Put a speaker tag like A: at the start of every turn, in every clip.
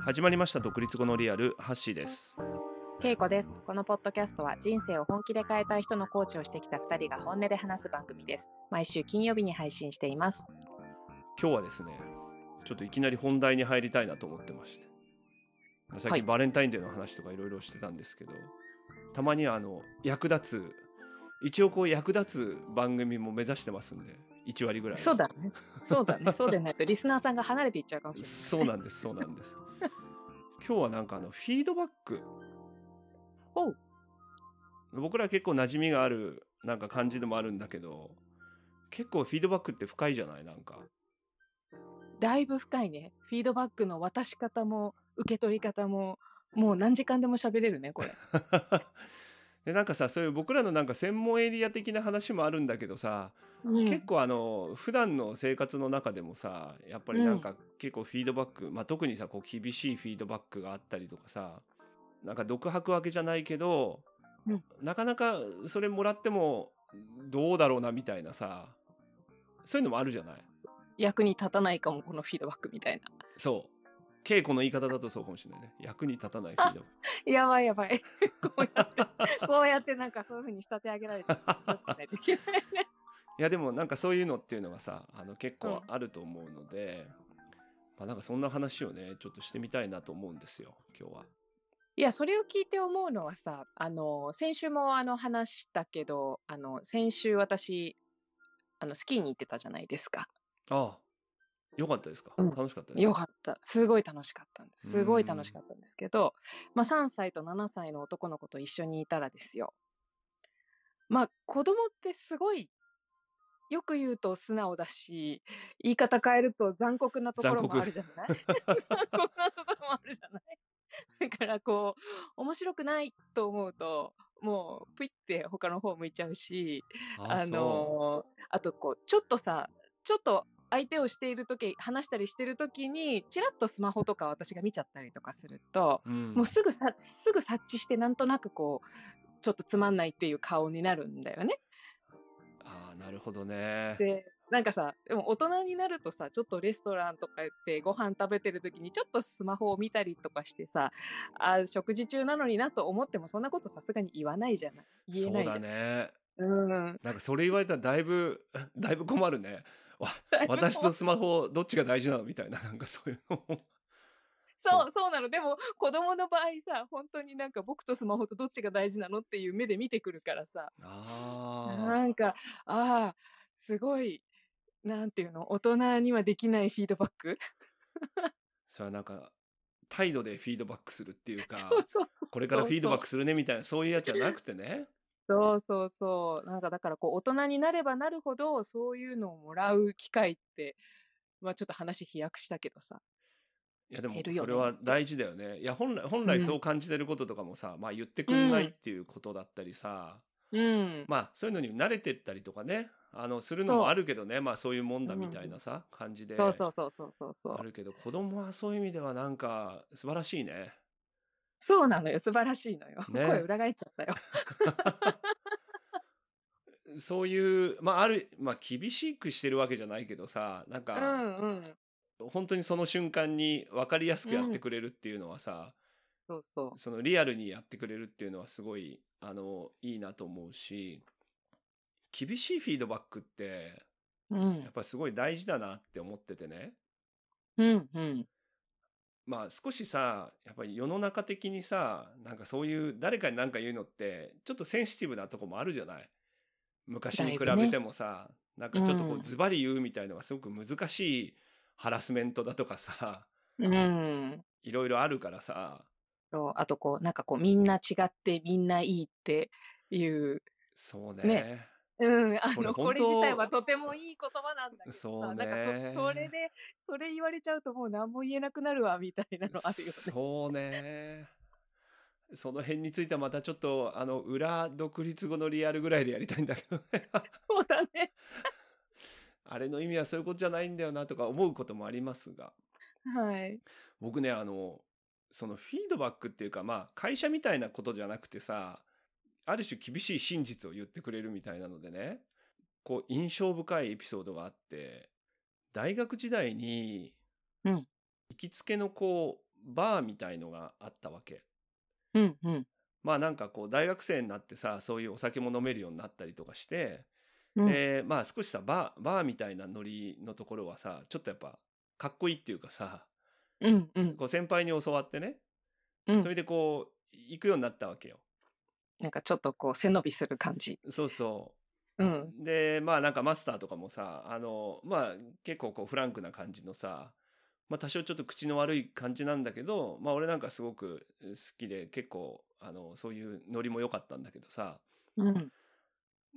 A: 始まりました独立後のリアルハッシーです
B: けいこです。このポッドキャストは人生を本気で変えたい人のコーチをしてきた2人が本音で話す番組です。毎週金曜日に配信しています。
A: 今日はですねちょっといきなり本題に入りたいなと思ってまして最
B: は
A: 近
B: い
A: バレンタインデーの話とかいろいろしてたんですけど、たまにはあの役立つ一応こう役立つ番組も目指してますんで1割ぐらいは
B: そうだね。そうだね。そうでないとリスナーさんが離れていっちゃうかもしれない。
A: そうなんですそうなんです 今日はなんかあのフィードバック
B: おう。
A: 僕ら結構馴染みがあるなんか感じでもあるんだけど結構フィードバックって深いじゃないなんか
B: だいぶ深いね。フィードバックの渡し方も受け取り方ももう何時間でも喋れるね、これ。
A: でなんかさそういう僕らのなんか専門エリア的な話もあるんだけどさ、
B: うん
A: 結構あの普段の生活の中でもさやっぱりなんか結構フィードバック、まあ、特にさこう厳しいフィードバックがあったりとかさなんか独白わけじゃないけど、
B: うん
A: なかなかそれもらってもどうだろうなみたいなさそういうのもあるじゃない
B: 役に立たないかも、このフィードバックみたいな。
A: そう稽古の言い方だとそうかもしれないね役に立たないフィードバック
B: やばいやばい。こうやって、こうやってなんかそういうふうに仕立て上げられちゃう。気をつけないといけないね。
A: いやでもなんかそういうのっていうのがさあの結構あると思うので、まあ、なんかそんな話をねちょっとしてみたいなと思うんですよ今日は。
B: いや、それを聞いて思うのはさ、あの、先週もあの話したけど、あの、先週私、あの、スキーに行ってたじゃないですか。
A: ああよかったですか、
B: うん
A: 楽しかったです
B: よかった。すごい楽しかったんです。すごい楽し
A: うー
B: かったんですけど、まあ、3歳と7歳の男の子と一緒にいたらですよ。まあ、子供ってすごい、よく言うと素直だし、言い方変えると残酷なとこ
A: 残
B: ろも
A: 酷
B: あるじゃ ない残酷なところもあるじゃないだからこう、面白くないと思うと、もう、ぷいって他の方向いちゃうし、
A: あ
B: あ
A: あそ
B: のーあとこうちょっとさちょっと相手をしている時話したりしてる時にちらっとスマホとか私が見ちゃったりとかすると、
A: う、うん
B: もうすぐさすぐ察知してなんとなくこうちょっとつまんないっていう顔になるんだよね。
A: ああなるほどね。
B: でなんかさでも大人になるとさちょっとレストランとか行ってご飯食べてる時にちょっとスマホを見たりとかしてさあー食事中なのになと思ってもそんなことさすがに言わないじゃない言え
A: そ
B: な
A: う
B: いじゃ
A: だ
B: ん。
A: ね。
B: うん
A: なんかそれ言われたらだいぶ だいぶ困るね。わ
B: だいぶ
A: 私とスマホどっちが大事なのみたいななんかそういうのも。
B: そ、
A: そう
B: そうなの。でも、子供の場合さ、本当になんか僕とスマホとどっちが大事なのっていう目で見てくるからさ、
A: ああ
B: なんか、ああ、すごい、なんていうの、大人にはできないフィードバック。
A: それはなんか態度でフィードバックするっていうか
B: そうそうそう。
A: これからフィードバック
B: そ
A: するねみたいなそういうやつじゃなくてね。
B: うそう。そうそうそう。なんかだから、こう、大人になればなるほど、そういうのをもらう機会って、まあちょっと話飛躍したけどさ。
A: いやでも
B: 減るよ
A: それ
B: ね
A: は大事だよね。いや本来本来
B: うん
A: そう感じてることとかもさ、まあ言ってくんないっていうことだったりさ、
B: うん。
A: まあそういうのに慣れてったりとかねあのするの
B: そう
A: もあるけどねまあそういうもんだみたいなさ、感じで
B: そう
A: あ
B: そうそうそうそうそう。
A: るけど子供はそういう意味ではなんか素晴らしいね。
B: そうなのよ。素晴らしいのよ。
A: ね
B: 声裏返っちゃったよ。
A: そういうまああるまあ厳しくしてるわけじゃないけどさなん
B: う
A: か
B: んうん。
A: 本当にその瞬間に分かりやすくやってくれるっていうのはさ、
B: そうそう。
A: そのリアルにやってくれるっていうのはすごいあのいいなと思うし厳しいフィードバックって
B: うん
A: やっ。ぱりすごい大事だなって思っててね
B: うんうん。
A: まあ少しさやっぱり世の中的にさなんかそういう誰かに何か言うのってちょっとセンシティブなとこもあるじゃない昔に比べてもさ、なんかちょっとこ
B: うん
A: うズバリ言うみたいのがすごく難しいハラスメントだとかさ
B: うん。
A: いろいろあるからさ
B: そうあとこう、なんかこう、みんな違ってみんないいっていう。
A: そう
B: ね
A: ね
B: うん、あ
A: それ
B: の、
A: 本当
B: これ自体はとてもいい言葉なんだけどさ、
A: そうね
B: なんかこうそれで、それ言われちゃうともう何も言えなくなるわ、みたいなのあるよね。
A: そうね。その辺についてはまたちょっとあの裏独立後のリアルぐらいでやりたいんだけどね
B: そうだね。
A: あれの意味はそういうことじゃないんだよなとか思うこともありますが
B: はい。
A: 僕ねあのそのフィードバックっていうかまあ会社みたいなことじゃなくてさある種厳しい真実を言ってくれるみたいなのでねこう印象深いエピソードがあって、大学時代に、
B: うん
A: 行きつけのこう、バーみたいのがあったわけ。
B: うんうん
A: まあなんかこう、大学生になってさ、そういうお酒も飲めるようになったりとかして、
B: うん
A: で、まあ少しさ、バー、バーみたいなノリのところはさ、ちょっとやっぱ、かっこいいっていうかさ、
B: うんうん
A: こう先輩に教わってね、
B: うん
A: それでこう、行くようになったわけよ。
B: なんかちょっとこう背伸びする感じ
A: そうそう。
B: うん
A: でまあなんかマスターとかもさあのまあ結構こうフランクな感じのさ、まあ、多少ちょっと口の悪い感じなんだけどまあ俺なんかすごく好きで結構あのそういうノリも良かったんだけどさ
B: うん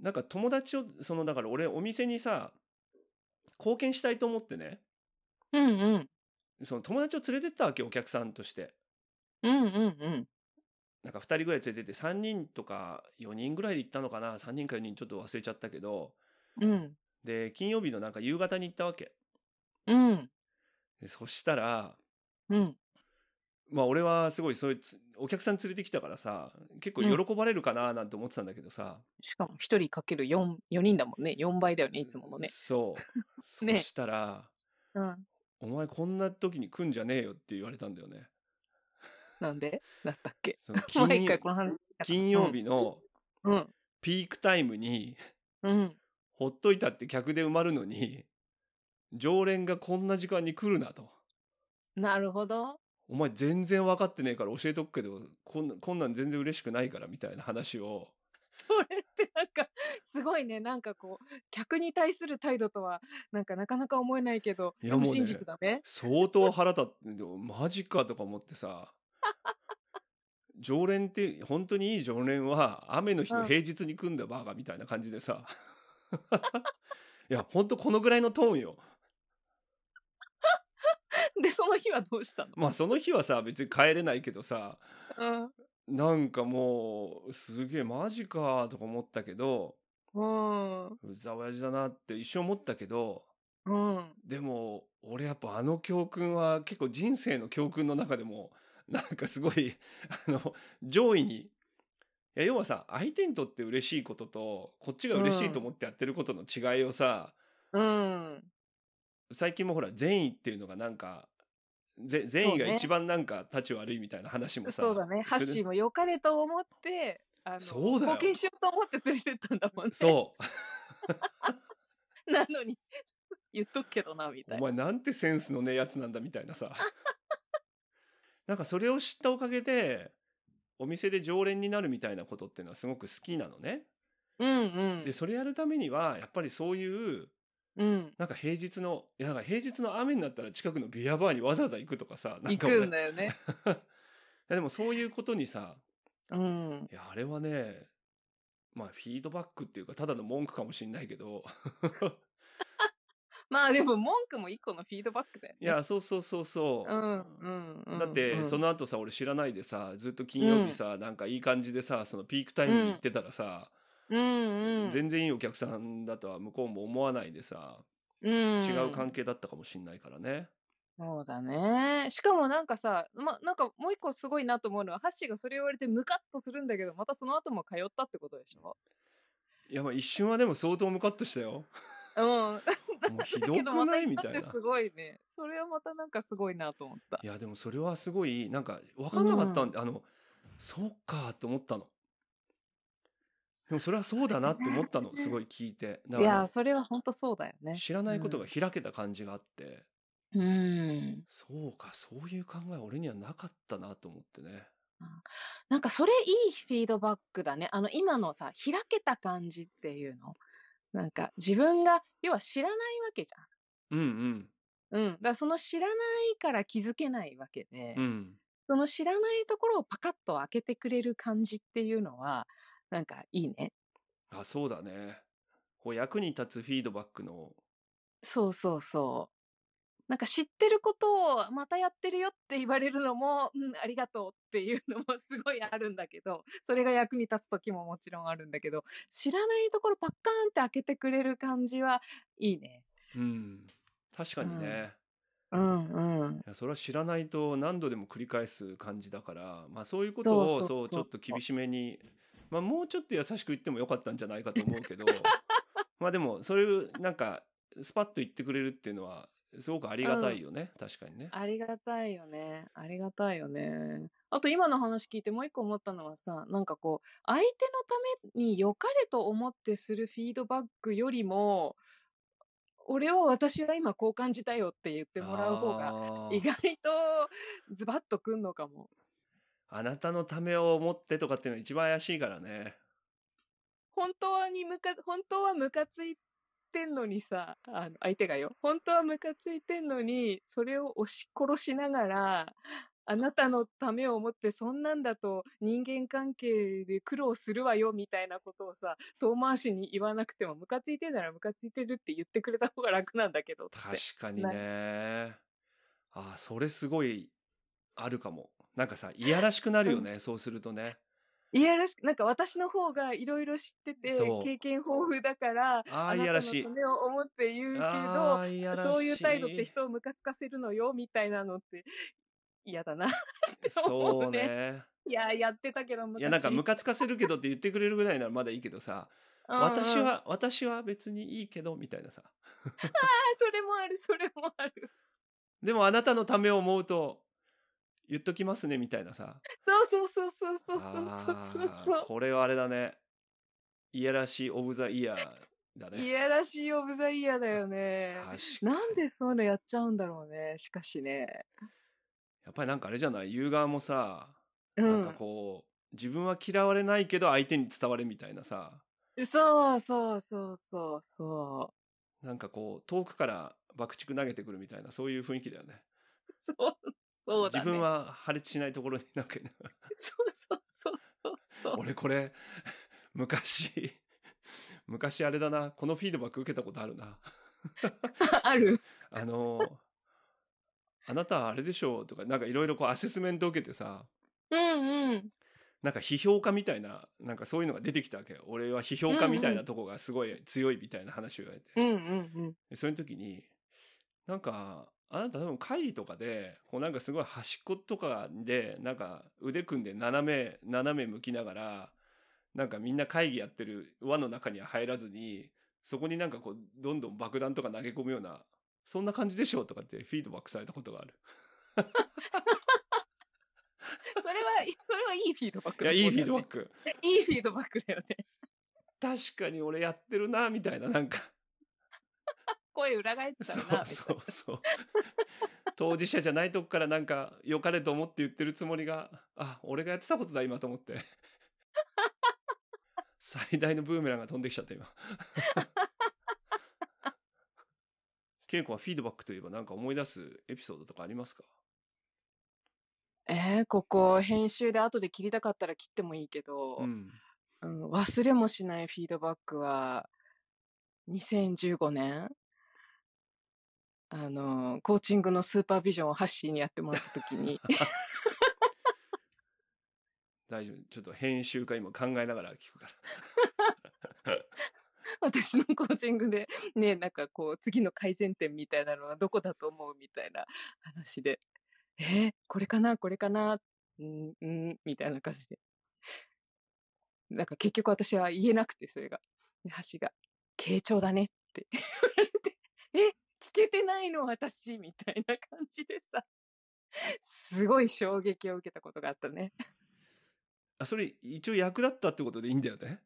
A: なんか友達をそのだから俺お店にさ貢献したいと思ってね
B: うんうん
A: その友達を連れてったわけお客さんとして。
B: うんうんうん
A: なんか2人ぐらい連れてって3人とか4人ぐらいで行ったのかな3人か4人ちょっと忘れちゃったけど
B: うん
A: で金曜日のなんか夕方に行ったわけ
B: うん
A: でそしたら
B: うん
A: まあ俺はすごいそういうつお客さん連れてきたからさ結構喜ばれるかななんて思ってたんだけどさ、
B: しかも一人かける四四人だもんね四倍だよねいつものね
A: そう そ
B: ね
A: したら、
B: うん
A: お前こんな時に来んじゃねえよ」って言われたんだよね。
B: なんでだったっけ
A: その
B: 毎
A: 金曜
B: 回この話
A: 金曜日の
B: うん
A: ピークタイムに
B: うん
A: ほっといたって客で埋まるのに常連がこんな時間に来るなと。
B: なるほど
A: お前全然分かってねえから教えとくけどこんなこんなん全然嬉しくないからみたいな話を
B: それってなんかすごいねなんかこう客に対する態度とはなんかなかなか思えないけど
A: いや
B: でも
A: もうね
B: 真実だね
A: 相当腹立ってマジかとか思ってさ常連って本当にいい常連は雨の日の平日に組んだバーガーみたいな感じでさいや本当このぐらいのトーンよ
B: でその日はどうしたの、
A: まあその日はさ別に帰れないけどさなんかもうすげえマジかとか思ったけど
B: うん
A: うざ親父だなって一生思ったけど
B: うんうん
A: でも俺やっぱあの教訓は結構人生の教訓の中でもなんかすごいあの上位にいや要はさ相手にとって嬉しいこととこっちが嬉しいと思ってやってることの違いをさ、
B: うん
A: 最近もほら善意っていうのがなんかぜ善意が一番なんか立ち悪いみたいな話もさ
B: そうだねハッ
A: す
B: シー
A: る
B: も良かれと思ってあの
A: そうだよ
B: 貢献しようと思って連れてったんだもんね
A: そう
B: なのに言っとくけどなみた
A: お
B: いな
A: 前なんてセンスのねえやつなんだみたいなさ なんかそれを知ったおかげでお店で常連になるみたいなことっていうのはすごく好きなのね。
B: うん
A: でそれやるためにはやっぱりそういう
B: うんうん
A: なんか平日のいやなんか平日の雨になったら近くのビアバーにわざわざ行くとかさなん
B: 行
A: か
B: く
A: 俺
B: んだよね
A: いやでもそういうことにさ
B: うん
A: いやあれはねまあフィードバックっていうかただの文句かもしんないけど
B: まあでも文句も一個のフィードバックだよね
A: いやそうそうそうそう。
B: うんうんうん
A: だって、
B: うん
A: その後さ俺知らないでさずっと金曜日さ、なんかいい感じでさそのピークタイムに行ってたらさ、
B: うんうん
A: 全然いいお客さんだとは向こうも思わないでさ、
B: うん
A: 違う関係だったかもしんないからね。
B: そうだね。しかもなんかさ、ま、なんかもう一個すごいなと思うのは、ハッシーがそれを言われてムカッとするんだけど、またその後も通ったってことでしょ
A: いやまあ一瞬はでも相当ムカッとした よ。
B: うん。も
A: もうひどくないみたいな。
B: すごいね。それはまたなんかすごいなと思った
A: い。やでもそれはすごいなんか分かんなかったんで、あのそうかと思ったの。でもそれはそうだなって思った のすごい聞いて。だか
B: いや、
A: ら
B: それは本当そうだよね。
A: 知らないことが開けた感じがあって。
B: うん。
A: そうか、そういう考え俺にはなかったなと思ってね。
B: なんかそれいいフィードバックだね。あの、今のさ、開けた感じっていうの。なんか自分が、要は知らないわけじ
A: うんうん。
B: ゃん。うん。だからその知らないから気づけないわけで。
A: うん。
B: その知らないところをパカッと開けてくれる感じっていうのは、なんかいいね。
A: あ、そうだね。こう役に立つフィードバックの、
B: そうそうそう。なんか知ってることをまたやってるよって言われるのも、うん、ありがとうっていうのも すごいあるんだけど、それが役に立つ時ももちろんあるんだけど、知らないところパッカーンって開けてくれる感じはいいね。
A: うん。確かにね。
B: うんうん。
A: いやそれは知らないと何度でも繰り返す感じだから、まあそういうことを
B: そう
A: そ
B: そううそう
A: ちょっと厳しめに、まあもうちょっと優しく言ってもよかったんじゃないかと思うけど、まあでも、それ、なんか、スパッと言ってくれるっていうのは、すごくありがたいよね。確かにね。
B: ありがたいよね。ありがたいよね。あと今の話聞いてもう一個思ったのはさ、なんかこう、相手のために良かれと思ってするフィードバックよりも、俺は私は今こう感じたよって言ってもらう方が、
A: あー
B: 意外とズバッとくんのかも。
A: あなたのためを思ってとかっていうのは一番怪しいからね。
B: 本当にムカ、本当はムカついてんのにさ、あの、相手がよ。本当はムカついてんのに、それを押し殺しながら、あなたのためを思って、そんなんだと人間関係で苦労するわよ、みたいなことをさ、遠回しに言わなくても、ムカついてんならムカついてるって言ってくれた方が楽なんだけどって。
A: 確かにね。ああ、それすごいあるかも。なんかさ、いやらしくなるよね。そうするとね。
B: いやらしく、なんか私の方がいろいろ知ってて
A: そう、
B: 経験豊富だから、
A: ああ、
B: あ
A: い
B: な
A: や
B: た
A: ら
B: の
A: しい
B: た。めを思って言うけど
A: あ、あ、いやらしい。
B: そういう態度って人をムカつかせるのよみたいなのって嫌だな。 思
A: そう
B: うね
A: ね。
B: いや、やってたけど昔。
A: いや、なんかムカつかせるけどって言ってくれるぐらいならまだいいけどさ、
B: うんうん
A: 私。は、私は別にいいけど、みたいなさ。
B: あそれもある、それもある。
A: でもあなたのためを思うと、言っときますね、みたいなさ。
B: そうそうそうそうそうそうそう
A: あ
B: そう
A: ーこれはあれだね。いやらしいオブザイヤーだね。
B: いやらしいオブザイヤーだよね。
A: 確かに
B: なんでそういうのやっちゃうんだろうね、しかしね。
A: やっぱりなんかあれじゃない言う側もさ、
B: う
A: なんか
B: ん。
A: こう自分は嫌われないけど相手に伝われみたいなさ
B: そうそうそうそうそ
A: なんかこう遠くから爆竹投げてくるみたいなそういう雰囲気だよね
B: う。そう、そうだ、
A: 自
B: ね。
A: 分。は破裂しないところになんか
B: そうそうそうそうそう。
A: 俺これ 昔昔あれだなこのフィードバック受けたことあるな
B: ある。
A: あのあなたはあれでしょうとかなんかいろいろこうアセスメント受けてさ
B: うんうん。
A: なんか批評家みたいななんかそういうのが出てきたわけよ俺は批評家みたいなとこがすごい強いみたいな話を言われて、
B: うんうん
A: でその時になんかあなた多分会議とかでこうなんかすごい端っことかでなんか腕組んで斜め斜め向きながらなんかみんな会議やってる輪の中には入らずにそこになんかこうどんどん爆弾とか投げ込むようなそんな感じでしょうとかってフィードバックされたことがある。
B: うん。それは、それはいいフィードバック
A: い
B: だ
A: や
B: と
A: い
B: 思
A: いうフ
B: んだよ
A: ィードバッ
B: ね、
A: ク。
B: いいフィードバックだよね。
A: 確かに俺やってるなみたいな なんか
B: 声裏返ってた
A: そ
B: ら
A: う
B: な。
A: そうそう。当事者じゃないとこからなんか良かれと思って言ってるつもりが、あ、俺がやってたことだ今と思 って。最大のブーメランが飛んできちゃった今。稽古はフィードバックといえばなんか思い出すエピソードとかありますか
B: えー、ここ、編集で後で切りたかったら切ってもいいけど、
A: うん。
B: うん忘れもしないフィードバックは、2015年、あの、コーチングのスーパービジョンをハッシーにやってもらった時に、
A: 大丈夫。ちょっと編集か今考えながら聞くから。
B: 私のコーチングで、ね、なんかこう、次の改善点みたいなのはどこだと思うみたいな話で、えーこれかな、これかな、うん、うん、みたいな感じで。なんか結局私は言えなくて、それが。で橋が、傾聴だねって言われて、え、聞けてないの私みたいな感じでさ、すごい衝撃を受けたことがあったね。
A: あ、それ一応役立ったってことでいいんだよね。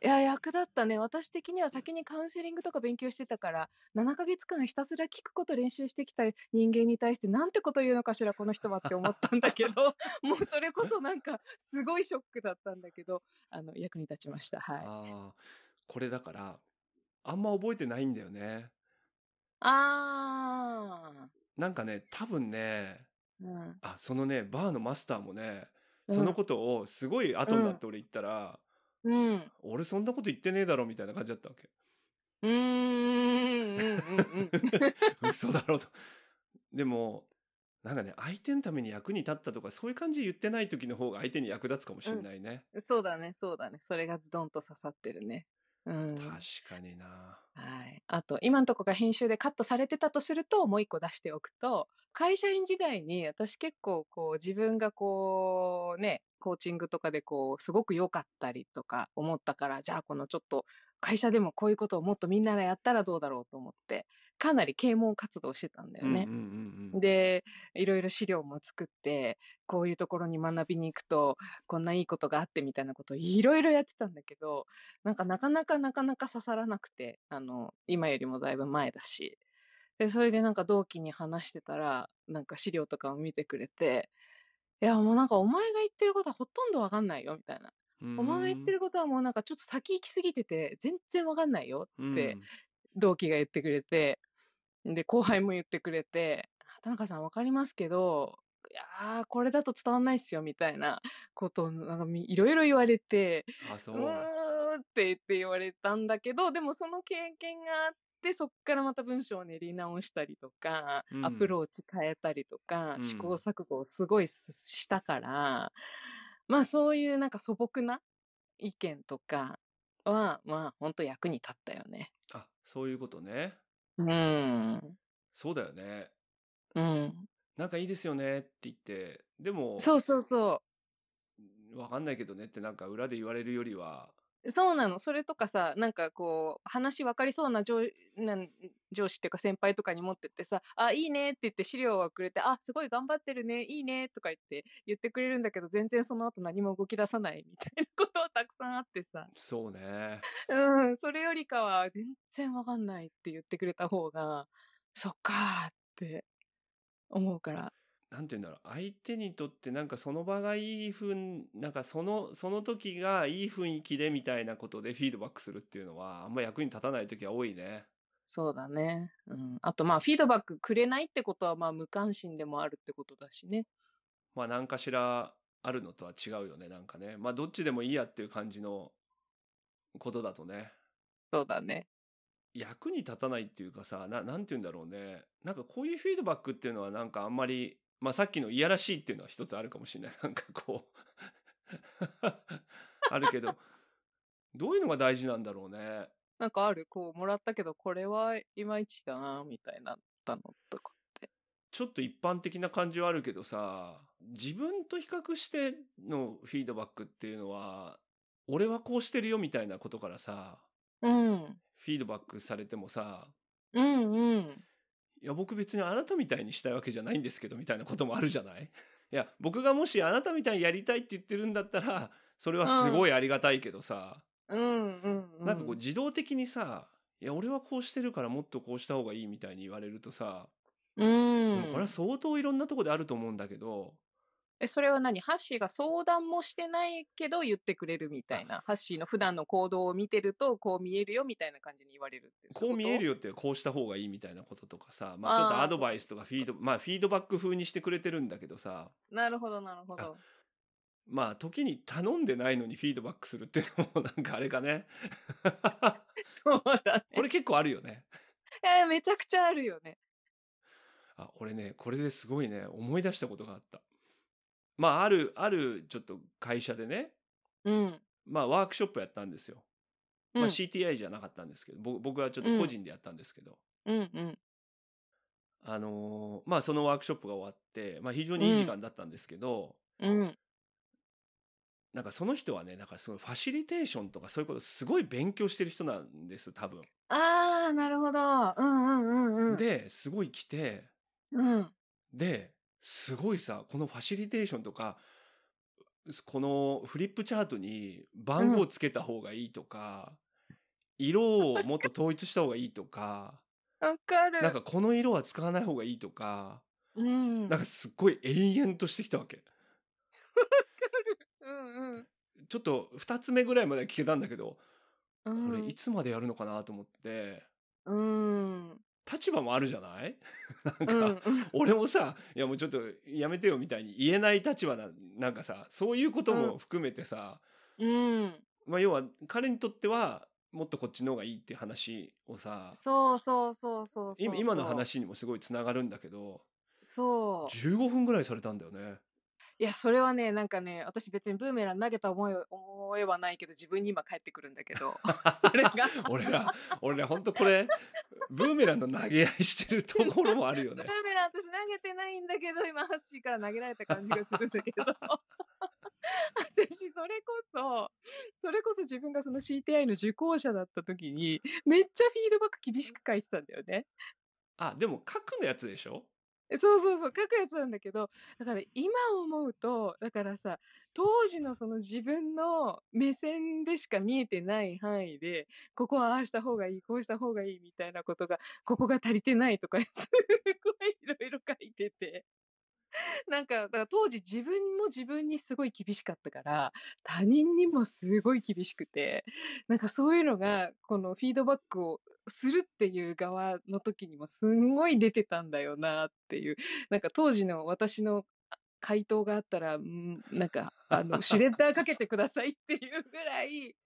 B: いや、役立ったね。私的には先にカウンセリングとか勉強してたから、7ヶ月間ひたすら聞くこと練習してきた人間に対して、なんてこと言うのかしら、この人はって思ったんだけど、 もうそれこそなんか、すごいショックだったんだけど、あの、役に立ちました。はい。
A: ああ、これだから、あんま覚えてないんだよね。
B: あ
A: なんかね、多分ね、
B: ー。うん。
A: あそのねバーのマスターもね
B: うん
A: そのことをすごい後になって俺言ったら、
B: うん。
A: 俺そんなこと言ってねえだろみたいな感じだったわけ
B: うーん。うん。うん。うん。
A: 嘘だろとでもなんかね相手のために役に立ったとかそういう感じで言ってない時の方が相手に役立つかもしれないね、
B: そうだね、そうだね。それがズドンと刺さってるね。うん。
A: 確かにな
B: はい。あと、今のとこが編集でカットされてたとすると、もう一個出しておくと、会社員時代に私結構こう自分がこうね、コーチングとかでこう、すごく良かったりとか思ったから、じゃあこのちょっと会社でもこういうことをもっとみんなでやったらどうだろうと思って、かなり啓蒙活動してたんだよね。
A: うんうんうんうん、
B: で、いろいろ資料も作って、こういうところに学びに行くと、こんないいことがあってみたいなことをいろいろやってたんだけど、なんかなかなかなかなか刺さらなくて、あの、今よりもだいぶ前だし。で、それでなんか同期に話してたら、なんか資料とかを見てくれて、いや、もうなんかお前が言ってることはほとんどわかんないよ、みたいな。お前が言ってることはもうなんかちょっと先行きすぎてて、全然わかんないよって同期が言ってくれて、で、後輩も言ってくれて、田中さんわかりますけど、いやー、これだと伝わんないっすよ、みたいなことを、なんかいろいろ言われて、
A: あ、そう
B: うーって言って言われたんだけど、でもその経験があって、で、そこからまた文章を練り直したりとか、
A: うん
B: アプローチ変えたりとか、
A: うん
B: 試行錯誤をすごいすしたから、まあそういうなんか素朴な意見とかは、まあ本当役に立ったよね。
A: あそういうことね
B: うん。
A: そうだよね
B: うん。
A: なんかいいですよねって言ってでも
B: そうそうそ
A: わかんないけどねってなんか裏で言われるよりは
B: う。そうなの。それとかさ、なんかこう、話分かりそうな上なん上司っていうか先輩とかに持ってってさ、あ、いいねって言って資料をくれて、あ、すごい頑張ってるね、いいねとか言って言ってくれるんだけど、全然その後何も動き出さないみたいなことはたくさんあってさ、
A: そうね
B: うん、それよりかは全然分かんないって言ってくれた方が、そっかーって思うから。
A: なんて言うんだろう相手にとってなんかその場がいいふんなんかそのその時がいい雰囲気でみたいなことでフィードバックするっていうのはあんま役に立たない時は多いね
B: そうだね。うん。あと、まあ、フィードバックくれないってことは、まあ、無関心でもあるってことだしね。
A: まあ何かしらあるのとは違うよねなんかねまあどっちでもいいやっていう感じのことだとね
B: そうだね。
A: 役に立たないっていうかさななんて言うんだろうねなんかこういうフィードバックっていうのはなんかあんまり、まあ、さっきのいやらしいっていうのは一つあるかもしれない なんかこう あるけどどういうのが大事なんだろうね
B: なんかある、こう、もらったけど、これはいまいちだな、みたいな、たのとか。
A: ちょっと一般的な感じはあるけどさ自分と比較してのフィードバックっていうのは俺はこうしてるよみたいなことからさ
B: うん。
A: フィードバックされてもさ
B: うんうん。
A: いや僕別にあなたみたいにしたいわけじゃないんですけどみたいなこともあるじゃない いや僕がもしあなたみたいにやりたいって言ってるんだったらそれはすごいありがたいけどさ、
B: うんうん、うん。
A: なんかこう自動的にさ「いや俺はこうしてるからもっとこうした方がいい」みたいに言われるとさ、
B: う
A: で
B: ん
A: も。これは相当いろんなとこであると思うんだけど
B: え、それは何ハッシーが相談もしてないけど言ってくれるみたいな。ハッシーの普段の行動を見てると、こう見えるよみたいな感じに言われるって。
A: こう見える
B: よ。
A: よってこうした方がいいみたいなこととかさまあちょっとアドバイスとかフィードまあフィードバック風にしてくれてるんだけどさ
B: なるほど、なるほど。
A: まあ時に頼んでないのにフィードバックするっていうのもなんかあれかね
B: そうだ
A: こ
B: ね。
A: れ結構あるよね。
B: えーめちゃくちゃあるよね。
A: あ、俺ね、これですごいね、思い出したことがあった。まあ、ある、ある、ちょっと会社でね、
B: うん。
A: まあ、ワークショップやったんですよ。まあ、
B: うん
A: CTI じゃなかったんですけど、ぼ僕はちょっと個人でやったんですけど、
B: うんうん。
A: あのーまあ、そのワークショップが終わって、まあ、非常にいい時間だったんですけど、
B: うん。
A: なんかその人はね、なんかそのファシリテーションとかそういうことすごい勉強してる人なんです、多分。
B: ああ、なるほど。うんうんうんうん。、
A: で、すごい来て、
B: うん。
A: で、すごいさ、このファシリテーションとか、このフリップチャートに番号つけた方がいいとか、色をもっと統一した方がいいとか、
B: わかる。
A: なんかこの色は使わない方がいいとか、
B: うん。
A: なんかすっごい延々としてきたわけ。
B: うんうん。
A: ちょっと2つ目ぐらいまでは聞けたんだけど、
B: こ
A: これいつまでやるのかなと思って、
B: うん。
A: 立場もあるじゃない なん
B: うんう
A: か、
B: ん。
A: 俺もさ、いやもうちょっとやめてよみたいに言えない立場な、なんかさ、そういうことも含めてさ、
B: うん。
A: まあ、要は彼にとってはもっとこっちの方がいいっていう話をさ
B: そうそうそうそうそう。
A: 今今の。話にもすごいつながるんだけど
B: そう。
A: 15分ぐらいされたんだよ ね。
B: いや、それはね、なんかね、私別にブーメラン投げた思いは思えはないけど、自分に今返ってくるんだけど、 それが、
A: 俺ら俺ら本当これブーメランの投げ合いしてるところもあるよ
B: ブ
A: ね。
B: ーメラン私投げてないんだけど、今、ハッシーから投げられた感じがするんだけど、私、それこそ、それこそ自分がその CTI の受講者だった時に、めっちゃフィードバック厳しく返してたんだよね。
A: あ、でも書くのやつでしょ
B: そうそうそう、書くやつなんだけど、だから今思うと、だからさ、当時のその自分の目線でしか見えてない範囲で、ここはああした方がいい、こうした方がいいみたいなことが、ここが足りてないとか、すごいいろいろ書いてて。 なんか、だから当時自分も自分にすごい厳しかったから、他人にもすごい厳しくて、なんかそういうのが、このフィードバックをするっていう側の時にもすんごい出てたんだよなっていう、なんか当時の私の回答があったら、うんなんか、あの、シュレッダーかけてくださいっていうぐらい、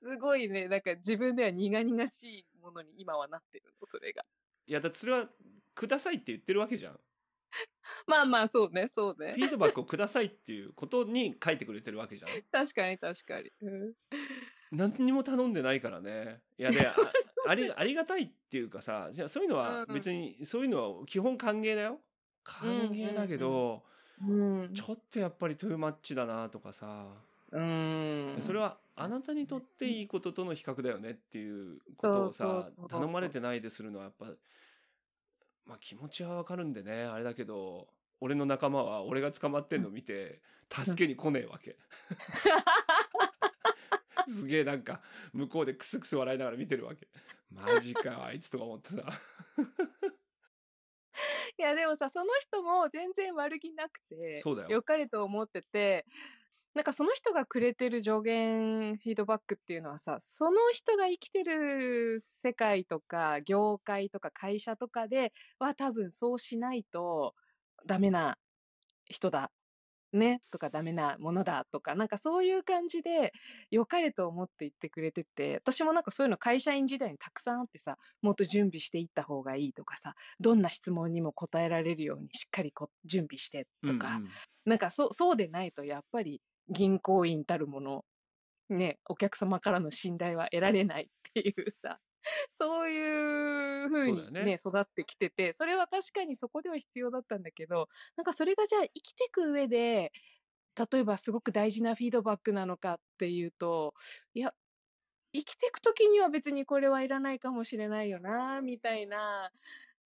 B: すごいね、なんか自分では苦々しいものに今はなってるの、それが。
A: いや、だってそれは、くださいって言ってるわけじゃん。
B: まあまあ、そうね、そうね
A: フ。ィードバックをくださいっていうことに書いてくれてるわけじゃん。
B: 確かに確かに。うん
A: 何にも頼んでないからね。いや で、あありありがたいっていうかさ、じゃあそういうのは
B: うん
A: 別に、そういうのは基本歓迎だよ。歓迎だけど、
B: うんうん
A: ちょっとやっぱりトゥーマッチだなとかさ、
B: うん。
A: それはあなたにとっていいこととの比較だよねっていうことをさ、
B: そうそうそう
A: 頼まれてないでするのはやっぱ、まあ気持ちはわかるんでね、あれだけど、俺の仲間は俺が捕まってんの見て、助けに来ねえわけ。すげえなんか、向こうでクスクス笑いながら見てるわけ。マジかよ、あいつとか思ってさ。
B: いや、でもさ、その人も全然悪気なくて、
A: そうだよ
B: 良かれと思ってて、なんかその人がくれてる助言、フィードバックっていうのはさ、その人が生きてる世界とか、業界とか会社とかでは多分そうしないとダメな人だ。ね、とかダメなものだとか、なんかそういう感じで、良かれと思って言ってくれてて、私もなんかそういうの会社員時代にたくさんあってさ、もっと準備していった方がいいとかさ、どんな質問にも答えられるようにしっかりこ準備してとか、
A: うんうん
B: なんかそそうでないとやっぱり銀行員たるもの、ね、お客様からの信頼は得られないっていうさ、 そういうふう
A: そう
B: に、
A: だ
B: ね
A: よね
B: 育ってきてて、それは確かにそこでは必要だったんだけど、なんかそれがじゃあ生きていく上で、例えばすごく大事なフィードバックなのかっていうと、いや、生きていくときには別にこれはいらないかもしれないよな、みたいな。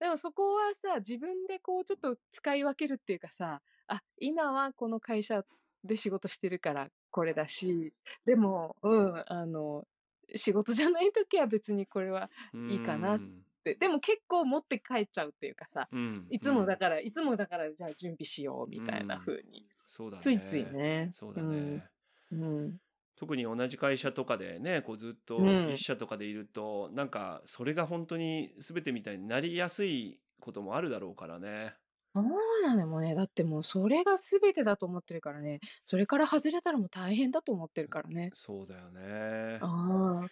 B: でもそこはさ、自分でこうちょっと使い分けるっていうかさ、あ、今はこの会社で仕事してるからこれだし、でも、うん、あの、仕事じゃないときは別にこれは
A: うん
B: いいかなって。でも結構持って帰っちゃうっていうかさ、
A: うん
B: いつもだから、いつもだからじゃあ準備しようみたいな風に。
A: そうだね
B: ついついね。
A: そうだね、
B: うん。
A: 特に同じ会社とかでねこうずっと
B: うん
A: 一社とかでいると、なんかそれが本当に全てみたいになりやすいこともあるだろうからね
B: うん。そうなのもうね。だってもうそれが全てだと思ってるからね。それから外れたらもう大変だと思ってるからね。
A: そうだよね
B: ああ。
A: い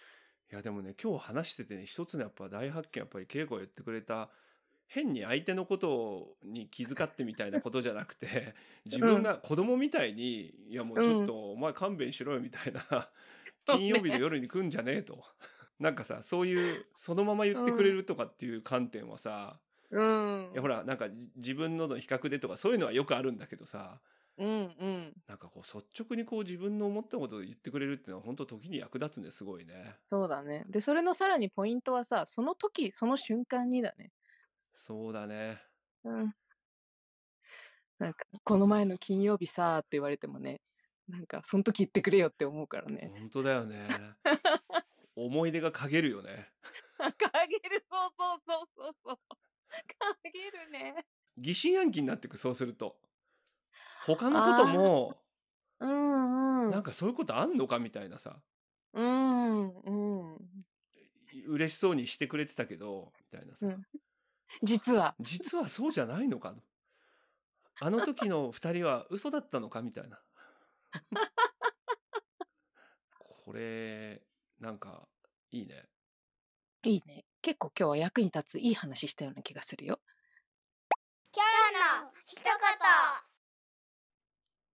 A: やでもね今日話しててね一つのやっぱ大発見やっぱり稽古が言ってくれた変に相手のことに気遣ってみたいなことじゃなくて 自分が子供みたいに、いやもうちょっとお前勘弁しろよみたいな
B: そうね
A: 金曜日の夜に来んじゃねえとなんかさそういうそのまま言ってくれるとかっていう観点はさ、
B: うん
A: いや。ほらなんかじ自分のの比較でとかそういうのはよくあるんだけどさ
B: うんうん。
A: なんかこう率直にこう自分の思ったことを言ってくれるっていうのは本当時に役立つねすごいね。
B: そうだね。で、それのさらにポイントはさ、その時、その瞬間にだね。
A: そうだね
B: うん。なんか、この前の金曜日さーって言われてもね、なんか、その時言ってくれよって思うから ね。
A: 本当だよね。思い出がかげるよね。
B: かげる、そうそうそうそうそう。 かげるね。
A: 疑心暗鬼になってく、そうすると。他のことも、
B: うんうん。
A: なんかそういうことあんのかみたいなさ、
B: うんうん。
A: 嬉しそうにしてくれてたけど、みたいなさ
B: う、ん実は。
A: 実はそうじゃないのかと。あの時の二人は嘘だったのかみたいな。これ、なんか、いいね。
B: いいね。結構今日は役に立ついい話したような気がするよ。
C: 今日の一言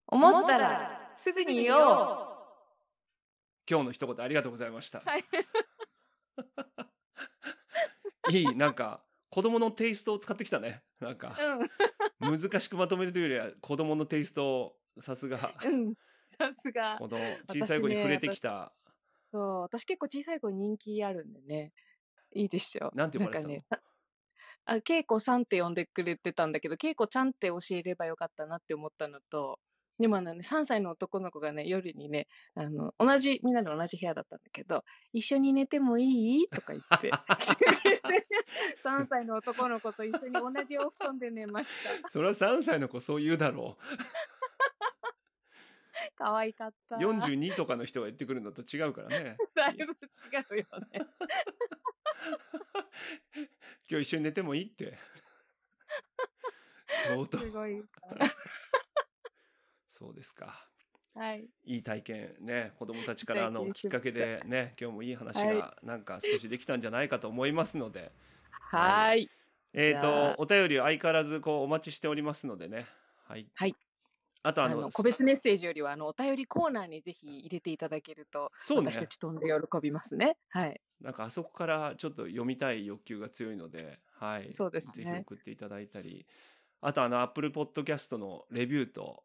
B: 思ったら、すぐに言おう。
A: 今日の一言ありがとうございました。
B: はい。
A: いい、なんか、子供のテイストを使ってきたね。なんか。
B: う
A: 難
B: ん。
A: しくまとめるというよりは子供のテイストをさすが
B: うん、 さすが。
A: この小さい子に触れてきた、
B: そう、私結構小さい子人気あるんでね。いいですよ。
A: なんて呼ばれてたの
B: んかね、あ、恵子さんって呼んでくれてたんだけど、恵子ちゃんって教えればよかったなって思ったのと、でもあのね、3歳の男の子がね、夜にね、あの、同じ、みんなで同じ部屋だったんだけど、一緒に寝てもいいとか 言って、来てくれて3歳の男の子と一緒に同じお布団で寝まし
A: それは3歳の子そう言うだろ
B: た。可愛かった。
A: う42とかの人が言ってくるのと違うからね
B: だいぶ違うよね。
A: 今日一緒に寝てもいいっ て相当
B: すごい。
A: そうですか
B: はい。
A: いい体験ね子どもたちから
B: いい体験
A: のきっかけでね今日もいい話
B: は
A: がなんか少しできたんじゃないかと思います ので、
B: はーい。
A: えっ、
B: じゃあ
A: とお便り相変わらずこうお待ちしておりますのでねはい、
B: はい、
A: あとあ
B: あ
A: の
B: の個別メッセージよりはあのお便りコーナーにぜひ入れていただけると、
A: そうね
B: 私たち飛んで喜びますね。はい、
A: なんかあそこからちょっと読みたい欲求が強いので、はい。
B: そうです
A: ぜひ
B: ね
A: 送っていただいたり、あとあの Apple Podcast のレビューと、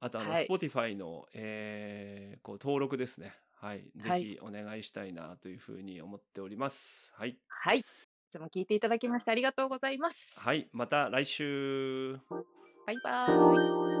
A: あとあの
B: はい
A: Spotify の、えーこう登録ですね。はい。ぜ
B: はい
A: ひお願いしたいなというふうに思っております。はい。
B: はい、いつも聞いていただきましてありがとうございます。
A: はい。また来週。
B: バイバーイ。